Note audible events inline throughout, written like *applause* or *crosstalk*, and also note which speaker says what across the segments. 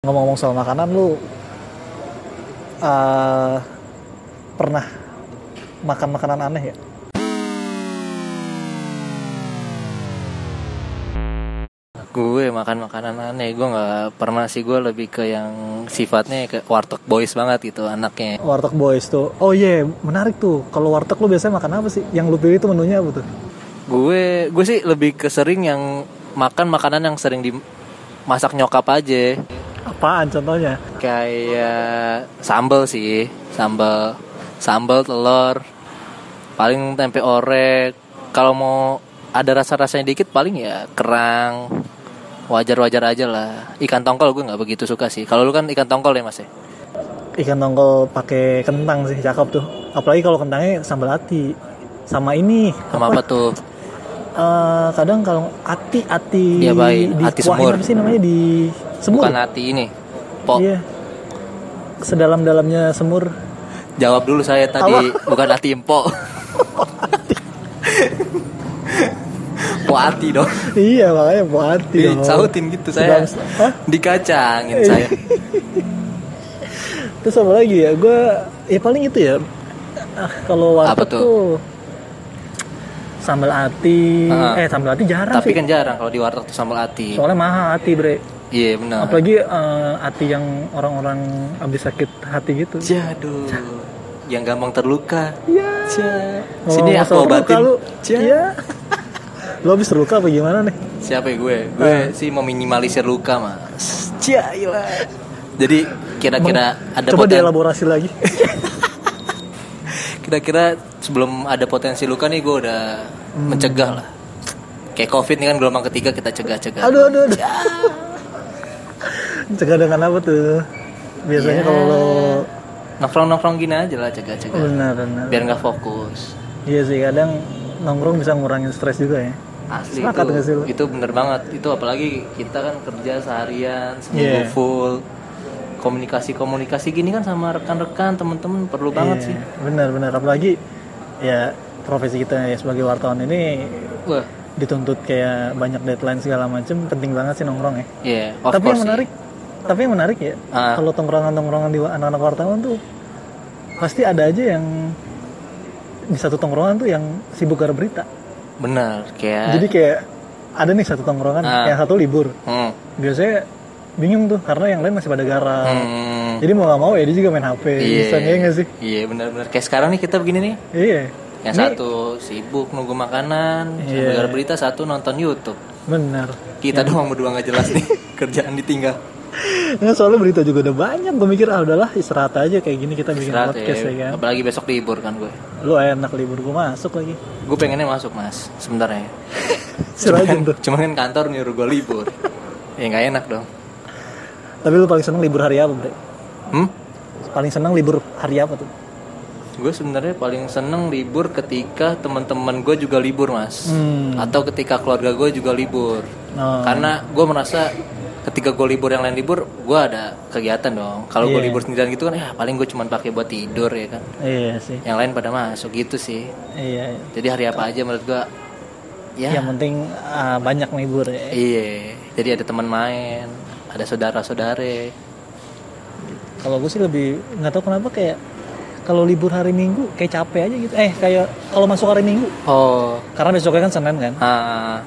Speaker 1: ngomong-ngomong soal makanan lu eh, pernah makan makanan aneh ya
Speaker 2: Gue makan makanan aneh, gue nggak pernah sih gue lebih ke yang sifatnya ke warteg boys banget gitu anaknya.
Speaker 1: warteg boys tuh oh iya menarik tuh kalau warteg lu biasanya makan apa sih yang lu pilih itu menunya apa tuh
Speaker 2: Gue gue sih lebih ke sering yang makan makanan yang sering dimasak nyokap aja.
Speaker 1: apaan contohnya
Speaker 2: Kayak sambal sih, sambal sambal telur, paling tempe orek. Kalau mau ada rasa-rasanya dikit paling ya kerang wajar-wajar aja lah ikan tongkol gue nggak begitu suka sih kalau lu kan ikan tongkol ya mas ya
Speaker 1: ikan tongkol pakai kentang sih cakep tuh apalagi kalau kentangnya sambal ati sama ini
Speaker 2: sama apa tuh
Speaker 1: Eh, kadang kalau ati ati
Speaker 2: Iya, baik.
Speaker 1: di
Speaker 2: Ati
Speaker 1: kuahin
Speaker 2: semur.
Speaker 1: apa sih namanya di semur
Speaker 2: Bukan hati ini. Pok,
Speaker 1: iya sedalam dalamnya semur
Speaker 2: jawab dulu saya tadi bukan hati empok. Pok hati dong.
Speaker 1: *laughs* iya makanya buat ati
Speaker 2: Ih,
Speaker 1: dong.
Speaker 2: Sautin gitu saya.
Speaker 1: Sedalam- Hah? Iya.
Speaker 2: Dikacangin saya.
Speaker 1: terus apa lagi ya gue ya paling itu ya Ah, kalau
Speaker 2: Apa
Speaker 1: warteg
Speaker 2: tuh?
Speaker 1: tuh sambal ati
Speaker 2: Ah.
Speaker 1: eh sambal ati jarang
Speaker 2: Tapi
Speaker 1: sih
Speaker 2: kan jarang kalau di warteg tuh sambal ati.
Speaker 1: soalnya mahal ati bre
Speaker 2: Iya benar.
Speaker 1: apalagi eh, ati yang orang-orang abis sakit hati gitu
Speaker 2: Jaduh. Yang gampang terluka.
Speaker 1: Iya.
Speaker 2: Ja.
Speaker 1: Ngomong-ngomong
Speaker 2: Sini aku
Speaker 1: soal terluka,
Speaker 2: obatin.
Speaker 1: lu.
Speaker 2: Ja.
Speaker 1: Iya. Lo habis terluka apa gimana nih?
Speaker 2: Siapa ya gue? Gue
Speaker 1: Ah.
Speaker 2: sih meminimalisir luka, Mas. Jailah. Jadi kira-kira iya. ada
Speaker 1: Coba
Speaker 2: poten-
Speaker 1: dielaborasi lagi.
Speaker 2: *laughs* kira-kira sebelum ada potensi luka nih gue udah
Speaker 1: Hmm.
Speaker 2: mencegah lah kayak covid nih kan gelombang ketiga kita cegah-cegah
Speaker 1: aduh, aduh, aduh. Cegah dengan apa tuh? Biasanya
Speaker 2: Ya.
Speaker 1: kalau lo
Speaker 2: nongkrong-nongkrong gini aja lah cegah-cegah
Speaker 1: benar benar.
Speaker 2: biar nggak fokus
Speaker 1: Iya sih kadang nongkrong bisa ngurangin stres juga ya.
Speaker 2: asli
Speaker 1: Sepakat nggak sih
Speaker 2: itu
Speaker 1: lu?
Speaker 2: itu bener banget itu apalagi kita kan kerja seharian seminggu
Speaker 1: Iya.
Speaker 2: full komunikasi-komunikasi gini kan sama rekan-rekan temen-temen perlu banget
Speaker 1: Iya,
Speaker 2: sih
Speaker 1: Benar benar apalagi ya profesi kita ya sebagai wartawan ini
Speaker 2: wah
Speaker 1: dituntut kayak banyak deadline segala macem penting banget sih nongkrong ya.
Speaker 2: iya of
Speaker 1: tapi
Speaker 2: course
Speaker 1: yang
Speaker 2: sih.
Speaker 1: menarik, tapi yang menarik ya,
Speaker 2: Ah.
Speaker 1: kalau tongkrongan-tongkrongan di wa- anak-anak wartawan tuh pasti ada aja yang di satu tongkrongan tuh yang sibuk gara berita.
Speaker 2: bener kayak
Speaker 1: Jadi kayak ada nih satu tongkrongan,
Speaker 2: Eh. Ah.
Speaker 1: yang satu libur.
Speaker 2: hmm,
Speaker 1: Biasanya bingung tuh karena yang lain masih pada gara.
Speaker 2: hmm,
Speaker 1: Jadi mau gak mau ya dia juga main HP,
Speaker 2: iya
Speaker 1: bisa iya nggak sih?
Speaker 2: iya bener-bener kayak sekarang nih kita begini nih
Speaker 1: Iya,
Speaker 2: Yang satu sibuk nunggu makanan,
Speaker 1: Iya.
Speaker 2: dengar berita, satu nonton YouTube.
Speaker 1: benar.
Speaker 2: Kita doang berdua nggak jelas
Speaker 1: *laughs*
Speaker 2: nih kerjaan ditinggal.
Speaker 1: Nah, soalnya berita juga udah banyak, gue mikir ah udahlah istirahat aja kayak gini kita bikin
Speaker 2: Istirahat
Speaker 1: podcast ya
Speaker 2: ya.
Speaker 1: kan.
Speaker 2: Apalagi besok libur kan gue.
Speaker 1: Lu enak libur gue masuk lagi.
Speaker 2: Gue pengennya masuk mas, sebenarnya. *laughs*
Speaker 1: Sirajin tuh.
Speaker 2: Cuman kan kantor nyuruh gue
Speaker 1: *laughs*
Speaker 2: libur. ya nggak enak dong.
Speaker 1: Tapi lu paling seneng libur hari apa, Bre?
Speaker 2: Hmm?
Speaker 1: Paling seneng libur hari apa tuh?
Speaker 2: Gue sebenarnya paling seneng libur ketika teman-teman gue juga libur mas,
Speaker 1: Hmm.
Speaker 2: atau ketika keluarga gue juga libur.
Speaker 1: Oh.
Speaker 2: Karena gue merasa ketika gue libur yang lain libur, gue ada kegiatan dong. Kalau
Speaker 1: Iya.
Speaker 2: gue libur sendirian gitu kan, ya paling gue cuman pakai buat tidur ya kan.
Speaker 1: Iya sih.
Speaker 2: Yang lain pada masuk gitu sih.
Speaker 1: Iya. iya.
Speaker 2: Jadi hari apa aja menurut gue, ya
Speaker 1: Yang penting ah, banyak libur ya.
Speaker 2: iya. Jadi ada teman main, ada saudara-saudare.
Speaker 1: Kalau gue sih lebih nggak tahu kenapa kayak kalau libur hari Minggu kayak capek aja gitu. Eh kayak kalau masuk hari Minggu
Speaker 2: Oh,
Speaker 1: karena besoknya kan Senin kan.
Speaker 2: ah,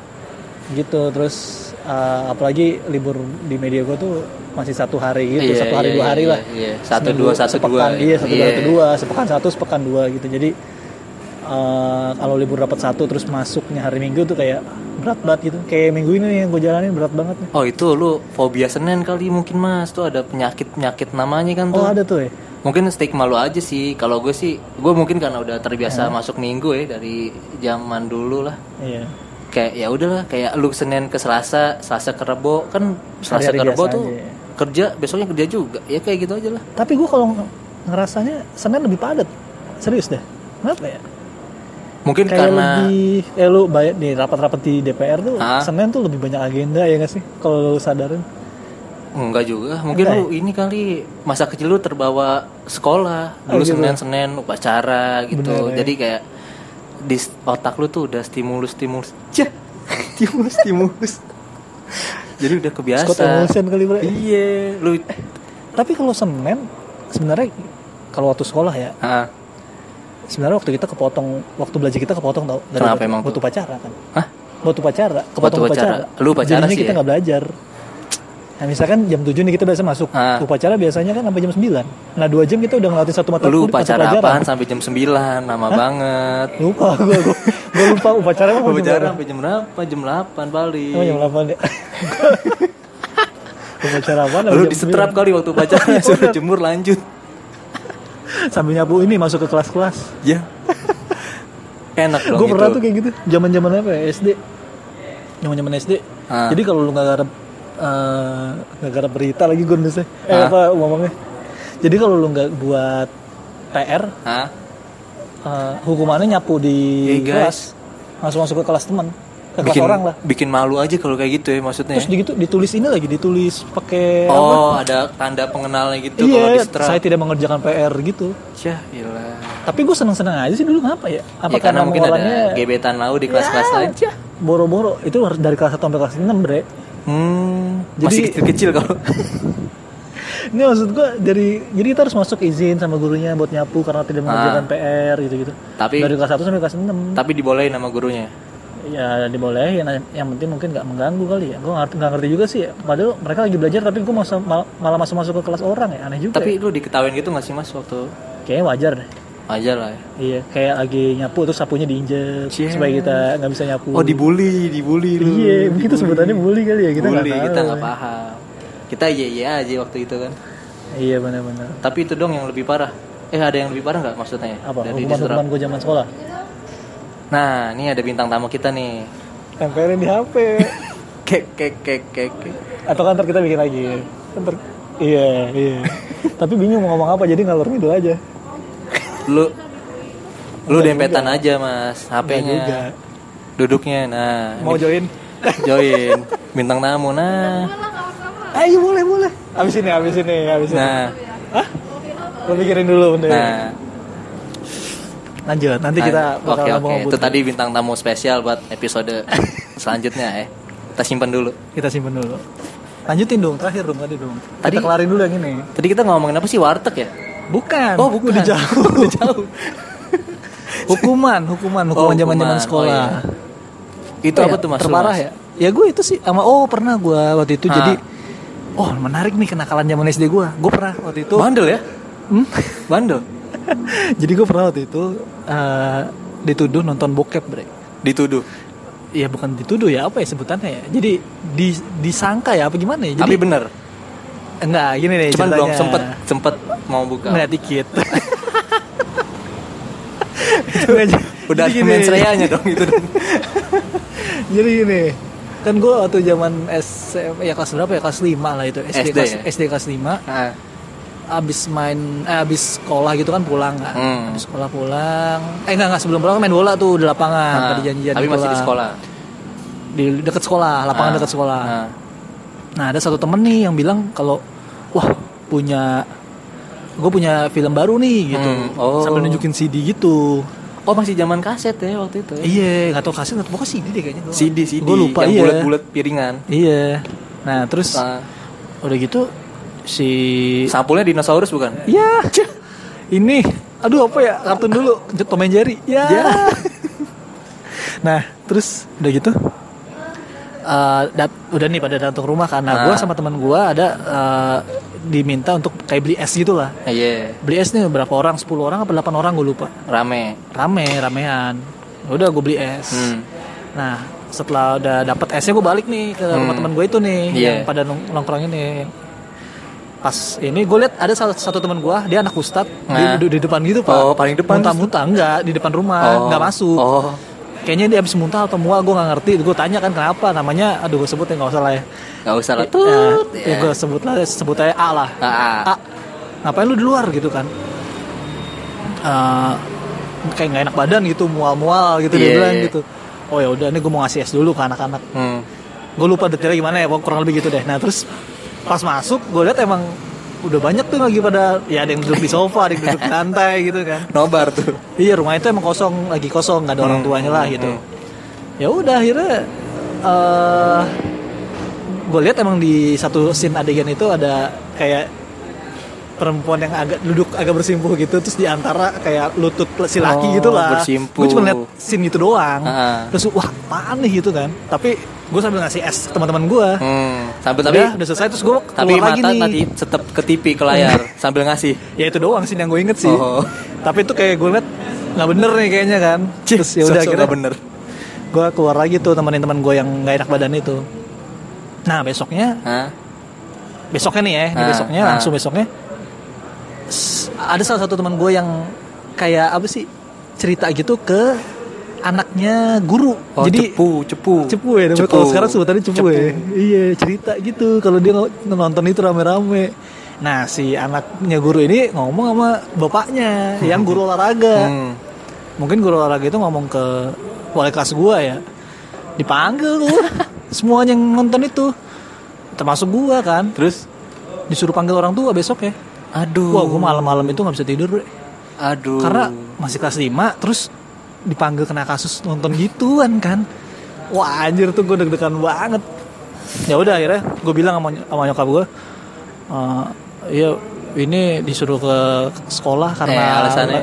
Speaker 1: Gitu terus ah, apalagi libur di media gue tuh masih satu hari gitu,
Speaker 2: Iya,
Speaker 1: satu hari
Speaker 2: iya,
Speaker 1: dua
Speaker 2: iya,
Speaker 1: hari
Speaker 2: iya,
Speaker 1: lah.
Speaker 2: iya. Satu,
Speaker 1: Seminggu,
Speaker 2: dua, satu, dua,
Speaker 1: sepekan,
Speaker 2: ya.
Speaker 1: Iya satu dua
Speaker 2: Iya.
Speaker 1: satu dua sepekan satu sepekan dua gitu. Jadi eh, kalau libur dapat satu terus masuknya hari Minggu tuh kayak berat banget gitu. Kayak minggu ini yang gue jalanin berat banget nih.
Speaker 2: oh itu lu fobia Senin kali mungkin mas, tuh ada penyakit penyakit namanya kan
Speaker 1: Oh
Speaker 2: tuh.
Speaker 1: ada tuh ya?
Speaker 2: Mungkin stigma lu aja sih. Kalau gue sih, gue mungkin karena udah terbiasa masuk minggu ya dari zaman dulu lah.
Speaker 1: Iya.
Speaker 2: Kayak ya udahlah, kayak lu Senin ke Selasa, Selasa ke Rebo kan Selasa
Speaker 1: Hari-hari
Speaker 2: ke Rebo
Speaker 1: biasa
Speaker 2: tuh
Speaker 1: aja ya.
Speaker 2: kerja, besoknya kerja juga. Ya kayak gitu aja lah.
Speaker 1: Tapi gue kalau ng- ngerasanya Senin lebih padat. Serius deh. Kenapa ya?
Speaker 2: Mungkin
Speaker 1: Kayak
Speaker 2: karena
Speaker 1: lebih, eh lu bayar di rapat-rapat di DPR tuh,
Speaker 2: Hah?
Speaker 1: Senin tuh lebih banyak agenda ya nggak sih? Kalau lu sadarin.
Speaker 2: enggak juga. Mungkin
Speaker 1: Enggak ya?
Speaker 2: lu ini kali masa kecil lu terbawa sekolah,
Speaker 1: Oh,
Speaker 2: dulu
Speaker 1: gitu.
Speaker 2: Senin-Senin upacara gitu.
Speaker 1: Bener, ya.
Speaker 2: Jadi kayak di *laughs* s- otak lu tuh udah stimulus-stimulus. Cih, stimulus-stimulus. Jadi udah kebiasa.
Speaker 1: Scott Emulsion kali bro.
Speaker 2: Iya, lu
Speaker 1: Tapi kalau Senin sebenarnya kalau waktu sekolah ya,
Speaker 2: ah,
Speaker 1: sebenarnya waktu kita kepotong, waktu belajar kita kepotong tau. Dari
Speaker 2: Kenapa
Speaker 1: waktu-
Speaker 2: emang tuh?
Speaker 1: Waktu pacara kan.
Speaker 2: Hah?
Speaker 1: Waktu pacara, kepotong
Speaker 2: Waktu
Speaker 1: upacara.
Speaker 2: upacara. Lu upacara
Speaker 1: Jadinya
Speaker 2: sih
Speaker 1: kita
Speaker 2: ya?
Speaker 1: nggak belajar. Nah, misalkan jam 7 nih kita biasa masuk.
Speaker 2: Ah.
Speaker 1: Upacara biasanya kan sampai jam 9. Nah, 2 jam kita udah ngelatin satu mata
Speaker 2: lu
Speaker 1: kuliah, satu
Speaker 2: pacara
Speaker 1: pelajaran.
Speaker 2: apaan sampai jam 9 lama banget.
Speaker 1: Lupa gue, gue, lupa upacara emang jam
Speaker 2: Upacara
Speaker 1: berapa?
Speaker 2: sampai jam berapa? Jam 8 balik.
Speaker 1: Emang jam 8
Speaker 2: *laughs*
Speaker 1: ya. upacara apa?
Speaker 2: Lu disetrap kali
Speaker 1: *laughs*
Speaker 2: waktu pacaran
Speaker 1: Iya.
Speaker 2: suruh jemur lanjut.
Speaker 1: Sambil nyapu ini masuk ke kelas-kelas.
Speaker 2: Ya. *laughs* Enak dong
Speaker 1: gue Iya. pernah
Speaker 2: itu.
Speaker 1: tuh kayak gitu zaman zaman apa ya SD zaman zaman SD
Speaker 2: Ah.
Speaker 1: jadi kalau lu nggak garap eh, nggak garap berita lagi gue nulisnya eh
Speaker 2: Ah.
Speaker 1: apa ngomongnya jadi kalau lu nggak buat PR
Speaker 2: Hah?
Speaker 1: eh, hukumannya nyapu di kelas
Speaker 2: Hey, Iya, guys.
Speaker 1: langsung masuk ke kelas teman ke kelas
Speaker 2: Bikin
Speaker 1: orang lah
Speaker 2: bikin malu aja kalau kayak gitu ya maksudnya.
Speaker 1: terus gitu ditulis ini lagi ditulis pakai
Speaker 2: oh, ada tanda pengenalnya gitu kalau
Speaker 1: iya
Speaker 2: disetrap.
Speaker 1: saya tidak mengerjakan PR gitu
Speaker 2: Yah, gila.
Speaker 1: tapi gue seneng seneng aja sih dulu ngapa ya apa Ya.
Speaker 2: ya karena
Speaker 1: emang
Speaker 2: mungkin
Speaker 1: orangnya
Speaker 2: ada gebetan lau di kelas-kelas aja.
Speaker 1: boro-boro itu dari kelas 1 sampai kelas 6 bre
Speaker 2: Hmm,
Speaker 1: Jadi-
Speaker 2: masih kecil-kecil
Speaker 1: *laughs*
Speaker 2: kalau.
Speaker 1: Ini maksud gua dari jadi kita harus masuk izin sama gurunya buat nyapu karena tidak mengerjakan PR gitu-gitu.
Speaker 2: Ah. Tapi-
Speaker 1: dari kelas 1 sampai kelas 6
Speaker 2: Tapi dibolehin sama gurunya.
Speaker 1: ya dibolehin yang, yang penting mungkin nggak mengganggu kali ya. Gua nggak nggak ngerti juga sih. ya. Padahal mereka lagi belajar tapi gua masa, mal- malah masuk-masuk ke kelas orang ya aneh juga.
Speaker 2: Tapi
Speaker 1: ya.
Speaker 2: lu diketawain gitu gak sih mas waktu
Speaker 1: kayaknya wajar deh.
Speaker 2: aja lah ya.
Speaker 1: Iya, kayak lagi nyapu terus sapunya diinjek
Speaker 2: Cie.
Speaker 1: supaya kita nggak bisa nyapu.
Speaker 2: Oh dibully, dibully lu.
Speaker 1: Iya, mungkin itu sebutannya bully kali ya kita nggak
Speaker 2: bully,
Speaker 1: tahu.
Speaker 2: kita nggak paham. Kita iya iya aja waktu itu kan.
Speaker 1: Iya benar-benar.
Speaker 2: Tapi itu dong yang lebih parah. Eh ada yang lebih parah nggak maksudnya?
Speaker 1: Apa
Speaker 2: Dari diserap.
Speaker 1: hukuman-hukuman gua zaman sekolah?
Speaker 2: Nah, ini ada bintang tamu kita nih.
Speaker 1: Tempelin di *laughs* HP.
Speaker 2: Kek kek kek kek. kek.
Speaker 1: atau kan ntar kita bikin lagi ntar iya
Speaker 2: *laughs*
Speaker 1: iya tapi bingung mau ngomong apa jadi ngalur ngidul aja
Speaker 2: Lu lu dempetan aja mas, HP-nya. Duduknya, nah.
Speaker 1: mau
Speaker 2: ini-
Speaker 1: join
Speaker 2: join bintang tamu nah.
Speaker 1: ayo Eh, iya, boleh boleh abis ini abis ini abis ini
Speaker 2: Nah,
Speaker 1: Hah? lo pikirin dulu bentar
Speaker 2: nah.
Speaker 1: lanjut nanti kita
Speaker 2: Nah,
Speaker 1: bakal
Speaker 2: oke oke
Speaker 1: ngomong
Speaker 2: itu tadi bintang tamu spesial buat
Speaker 1: *laughs*
Speaker 2: episode selanjutnya ya kita simpan dulu
Speaker 1: kita simpen dulu lanjutin dong terakhir dong tadi dong
Speaker 2: Tadi-
Speaker 1: kita kelarin dulu yang ini
Speaker 2: tadi kita ngomongin apa sih warteg ya
Speaker 1: bukan
Speaker 2: oh
Speaker 1: udah
Speaker 2: bukan
Speaker 1: jauh
Speaker 2: Udah *laughs* jauh
Speaker 1: hukuman hukuman hukuman
Speaker 2: Oh,
Speaker 1: zaman zaman
Speaker 2: hukuman. Oh,
Speaker 1: sekolah
Speaker 2: iya. itu
Speaker 1: Apa
Speaker 2: apa
Speaker 1: ya,
Speaker 2: tuh mas Lu,
Speaker 1: terparah
Speaker 2: Mas?
Speaker 1: ya ya gue itu sih sama oh pernah gue waktu itu
Speaker 2: Ah.
Speaker 1: jadi oh menarik nih kenakalan zaman SD gue gue pernah waktu itu
Speaker 2: bandel ya
Speaker 1: Hmm? *laughs*
Speaker 2: bandel
Speaker 1: jadi gue pernah waktu itu eh, dituduh nonton bokep bre
Speaker 2: dituduh
Speaker 1: ya bukan dituduh ya apa ya sebutannya ya jadi di- disangka ya apa gimana ya jadi
Speaker 2: tapi bener
Speaker 1: enggak gini nih
Speaker 2: cuman belum
Speaker 1: ceritanya.
Speaker 2: sempet sempet mau buka
Speaker 1: Enggak,
Speaker 2: *laughs*
Speaker 1: dikit Enggak, jadi-
Speaker 2: udah
Speaker 1: jadi
Speaker 2: ada
Speaker 1: gini.
Speaker 2: mensreanya dong gitu.
Speaker 1: *laughs*
Speaker 2: itu dong.
Speaker 1: jadi gini kan gue waktu zaman SM ya kelas berapa ya kelas 5 lah itu SD,
Speaker 2: SD
Speaker 1: kelas,
Speaker 2: ya?
Speaker 1: SD kelas 5
Speaker 2: Ah,
Speaker 1: abis main eh, abis sekolah gitu kan pulang kan
Speaker 2: Hmm.
Speaker 1: abis sekolah pulang eh enggak enggak sebelum pulang main bola tuh di lapangan
Speaker 2: ah.
Speaker 1: tadi janjian
Speaker 2: tapi masih di sekolah
Speaker 1: di dekat sekolah lapangan
Speaker 2: Ah,
Speaker 1: dekat sekolah
Speaker 2: ah.
Speaker 1: nah ada satu temen nih yang bilang kalau wah punya gue punya film baru nih gitu
Speaker 2: Hmm, oh.
Speaker 1: sambil nunjukin CD gitu
Speaker 2: oh masih zaman kaset ya waktu itu ya?
Speaker 1: iya nggak tau kasih nggak pokoknya CD deh kayaknya gua-
Speaker 2: CD CD
Speaker 1: gua lupa
Speaker 2: yang
Speaker 1: iya
Speaker 2: bulat-bulat piringan
Speaker 1: iya nah terus
Speaker 2: Ah.
Speaker 1: udah gitu si
Speaker 2: sampulnya dinosaurus bukan
Speaker 1: Ya. Ini aduh apa ya kartun dulu Tom and Jerry. Ya.
Speaker 2: Ya.
Speaker 1: *laughs* nah, terus udah gitu eh, dat- udah nih pada datang ke rumah karena gua
Speaker 2: Ah.
Speaker 1: sama teman gua ada eh, diminta untuk kayak beli es gitu lah.
Speaker 2: Iya,
Speaker 1: Beli es nih berapa orang? 10 orang apa 8 orang gue lupa.
Speaker 2: rame.
Speaker 1: Rame, ramean. Udah gue beli es.
Speaker 2: Hmm.
Speaker 1: Nah, setelah udah dapat esnya gue balik nih ke rumah
Speaker 2: Hmm.
Speaker 1: teman gue itu nih
Speaker 2: Iya.
Speaker 1: yang pada nong- nongkrong ini. Pas ini gue lihat ada salah satu teman gue, dia anak ustad
Speaker 2: Nah.
Speaker 1: di, di, di depan gitu pak.
Speaker 2: Oh, paling depan.
Speaker 1: Muntah-muntah enggak di depan rumah,
Speaker 2: Oh.
Speaker 1: enggak masuk.
Speaker 2: Oh,
Speaker 1: Kayaknya dia habis muntah atau mual, gue nggak ngerti. Gue tanya kan kenapa, namanya, aduh gue sebut ya nggak usah lah ya.
Speaker 2: nggak usah lah.
Speaker 1: Eh,
Speaker 2: Tut.
Speaker 1: ya gue sebut lah, sebut aja A lah.
Speaker 2: Ah, ah.
Speaker 1: A, ngapain lu di luar gitu kan? Eh, kayak nggak enak badan gitu, mual-mual gitu dia
Speaker 2: Iya,
Speaker 1: bilang
Speaker 2: iya.
Speaker 1: gitu. Oh ya udah, ini gue mau ngasih es dulu ke anak-anak.
Speaker 2: Hmm.
Speaker 1: Gue lupa detailnya gimana ya, pokoknya kurang lebih gitu deh. Nah terus pas masuk, gue lihat emang udah banyak tuh yang lagi pada, ya ada yang duduk di sofa, ada yang duduk di lantai gitu kan.
Speaker 2: Nobar tuh.
Speaker 1: Iya rumah itu emang kosong, lagi kosong, nggak ada orang gitu.
Speaker 2: Hmm,
Speaker 1: tuanya lah
Speaker 2: hmm,
Speaker 1: gitu.
Speaker 2: hmm.
Speaker 1: Ya udah akhirnya eh gue lihat emang di satu scene adegan itu ada kayak perempuan yang agak duduk agak bersimpuh gitu terus di antara kayak lutut si laki
Speaker 2: Oh,
Speaker 1: gitu lah
Speaker 2: bersimpuh.
Speaker 1: gue cuma lihat scene itu doang
Speaker 2: Ah.
Speaker 1: terus wah apaan nih gitu kan tapi gue sambil ngasih es ke teman-teman gue
Speaker 2: Hmm, sambil
Speaker 1: udah,
Speaker 2: tapi
Speaker 1: udah selesai terus gue keluar
Speaker 2: tapi
Speaker 1: lagi
Speaker 2: mata
Speaker 1: nih
Speaker 2: tadi tetap ke TV ke
Speaker 1: *laughs*
Speaker 2: layar sambil ngasih.
Speaker 1: ya itu doang sih yang gue inget sih
Speaker 2: Oh.
Speaker 1: tapi itu kayak gue liat nggak bener nih kayaknya kan terus ya udah
Speaker 2: Sosok
Speaker 1: akhirnya
Speaker 2: nggak bener.
Speaker 1: gue keluar lagi tuh temenin teman gue yang nggak enak badan itu nah besoknya
Speaker 2: Hah?
Speaker 1: besoknya nih ya ini
Speaker 2: Ah,
Speaker 1: besoknya
Speaker 2: ah.
Speaker 1: langsung besoknya s- ada salah satu teman gue yang kayak apa sih cerita gitu ke anaknya guru
Speaker 2: Oh,
Speaker 1: jadi
Speaker 2: cepu, cepu.
Speaker 1: cepu ya namanya.
Speaker 2: Cepu.
Speaker 1: kalau sekarang sebutannya cepu, ya iya cerita gitu kalau dia ng- nonton itu rame-rame nah si anaknya guru ini ngomong sama bapaknya yang guru olahraga
Speaker 2: Hmm.
Speaker 1: mungkin guru olahraga itu ngomong ke wali kelas gua ya dipanggil tuh semuanya yang nonton itu termasuk gua kan
Speaker 2: Terus
Speaker 1: disuruh panggil orang tua besok ya
Speaker 2: aduh.
Speaker 1: wah gua malam-malam itu nggak bisa tidur Bre.
Speaker 2: Aduh.
Speaker 1: karena masih kelas 5 terus dipanggil kena kasus nonton gituan kan wah anjir tuh gue deg-degan banget ya udah akhirnya gue bilang sama, ny- sama nyokap gue ya ini disuruh ke sekolah
Speaker 2: karena
Speaker 1: karena
Speaker 2: Eh, alasannya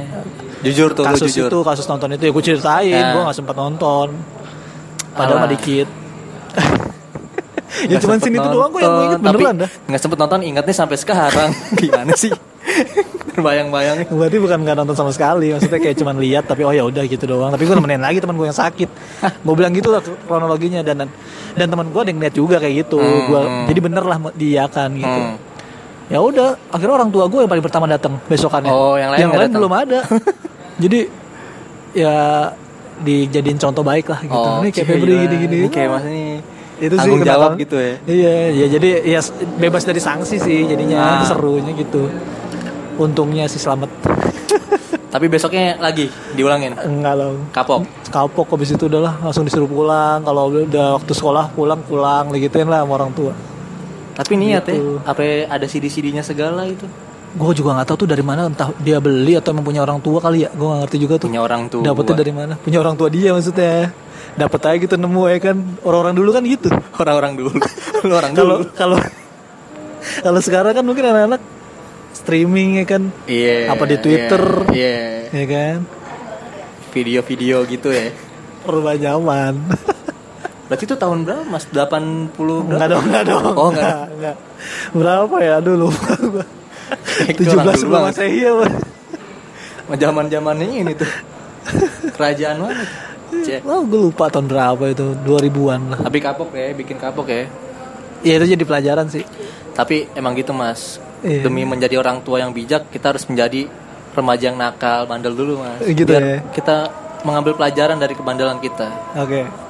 Speaker 2: jujur tuh lu
Speaker 1: kasus
Speaker 2: jujur.
Speaker 1: itu kasus nonton itu ya gue ceritain
Speaker 2: Ya.
Speaker 1: gue nggak sempat nonton padahal
Speaker 2: Alah.
Speaker 1: mah
Speaker 2: *laughs*
Speaker 1: dikit ya cuman sini itu doang gue yang gue inget beneran dah
Speaker 2: Nggak sempet nonton ingatnya sampai sekarang. *laughs* Gimana
Speaker 1: *laughs*
Speaker 2: sih? Terbayang-bayang.
Speaker 1: berarti bukan nggak nonton sama sekali maksudnya kayak cuman lihat tapi oh ya udah gitu doang tapi gue nemenin lagi teman gue yang sakit gue bilang gitu lah kronologinya dan dan, dan teman gue ada yang lihat juga kayak gitu
Speaker 2: Hmm,
Speaker 1: gua
Speaker 2: hmm.
Speaker 1: jadi bener lah dia kan gitu
Speaker 2: Hmm.
Speaker 1: ya udah akhirnya orang tua gue yang paling pertama datang besokannya
Speaker 2: Oh, yang lain nggak datang.
Speaker 1: belum
Speaker 2: *laughs*
Speaker 1: ada jadi ya dijadiin contoh baik lah gitu
Speaker 2: Oh,
Speaker 1: ini kayak
Speaker 2: gila.
Speaker 1: Febri gini-gini
Speaker 2: Ini kayak mas ini.
Speaker 1: itu sih
Speaker 2: tanggung
Speaker 1: kenapa-
Speaker 2: jawab gitu ya.
Speaker 1: iya ya jadi ya s- bebas dari sanksi sih jadinya
Speaker 2: Ah.
Speaker 1: serunya gitu untungnya sih selamat
Speaker 2: *laughs* Tapi besoknya lagi diulangin.
Speaker 1: Enggak lah.
Speaker 2: Kapok.
Speaker 1: Kapok habis itu udahlah langsung disuruh pulang. Kalau udah waktu sekolah pulang pulang digituin lah sama orang tua.
Speaker 2: Tapi niat
Speaker 1: Gitu.
Speaker 2: ya, apa ada CD-CD-nya segala gitu. itu.
Speaker 1: Gue juga nggak tahu tuh dari mana entah dia beli atau emang punya orang tua kali ya. Gue nggak ngerti juga tuh.
Speaker 2: Punya orang tua.
Speaker 1: Dapetnya dari mana? Punya orang tua dia maksudnya. Dapat aja gitu nemu ya kan. Orang-orang dulu kan gitu.
Speaker 2: orang-orang dulu. *laughs* Lu orang dulu.
Speaker 1: Kalau kalau kalau sekarang kan mungkin anak-anak streaming ya kan.
Speaker 2: Iya.
Speaker 1: Apa di Twitter?
Speaker 2: Iya.
Speaker 1: Ya kan.
Speaker 2: Video-video gitu ya.
Speaker 1: Perubahan zaman. *laughs*
Speaker 2: Berarti itu tahun berapa Mas? 80 berapa?
Speaker 1: Enggak dong, enggak dong.
Speaker 2: Oh, enggak.
Speaker 1: Enggak. Berapa ya? Aduh lupa gue.
Speaker 2: Kayak
Speaker 1: 17
Speaker 2: orang dulu
Speaker 1: sebelum
Speaker 2: banget.
Speaker 1: Masehi ya, Bang.
Speaker 2: *laughs* Zaman-zamannya ini tuh. Kerajaan mana? tuh? Cek.
Speaker 1: Wah, gue lupa tahun berapa itu, 2000-an lah.
Speaker 2: Tapi kapok ya, bikin kapok ya.
Speaker 1: Ya itu jadi pelajaran sih.
Speaker 2: Tapi emang gitu Mas.
Speaker 1: Iya.
Speaker 2: Demi menjadi orang tua yang bijak, kita harus menjadi remaja yang nakal, bandel dulu Mas.
Speaker 1: Gitu ya.
Speaker 2: Biar kita mengambil pelajaran dari kebandelan kita.
Speaker 1: Oke.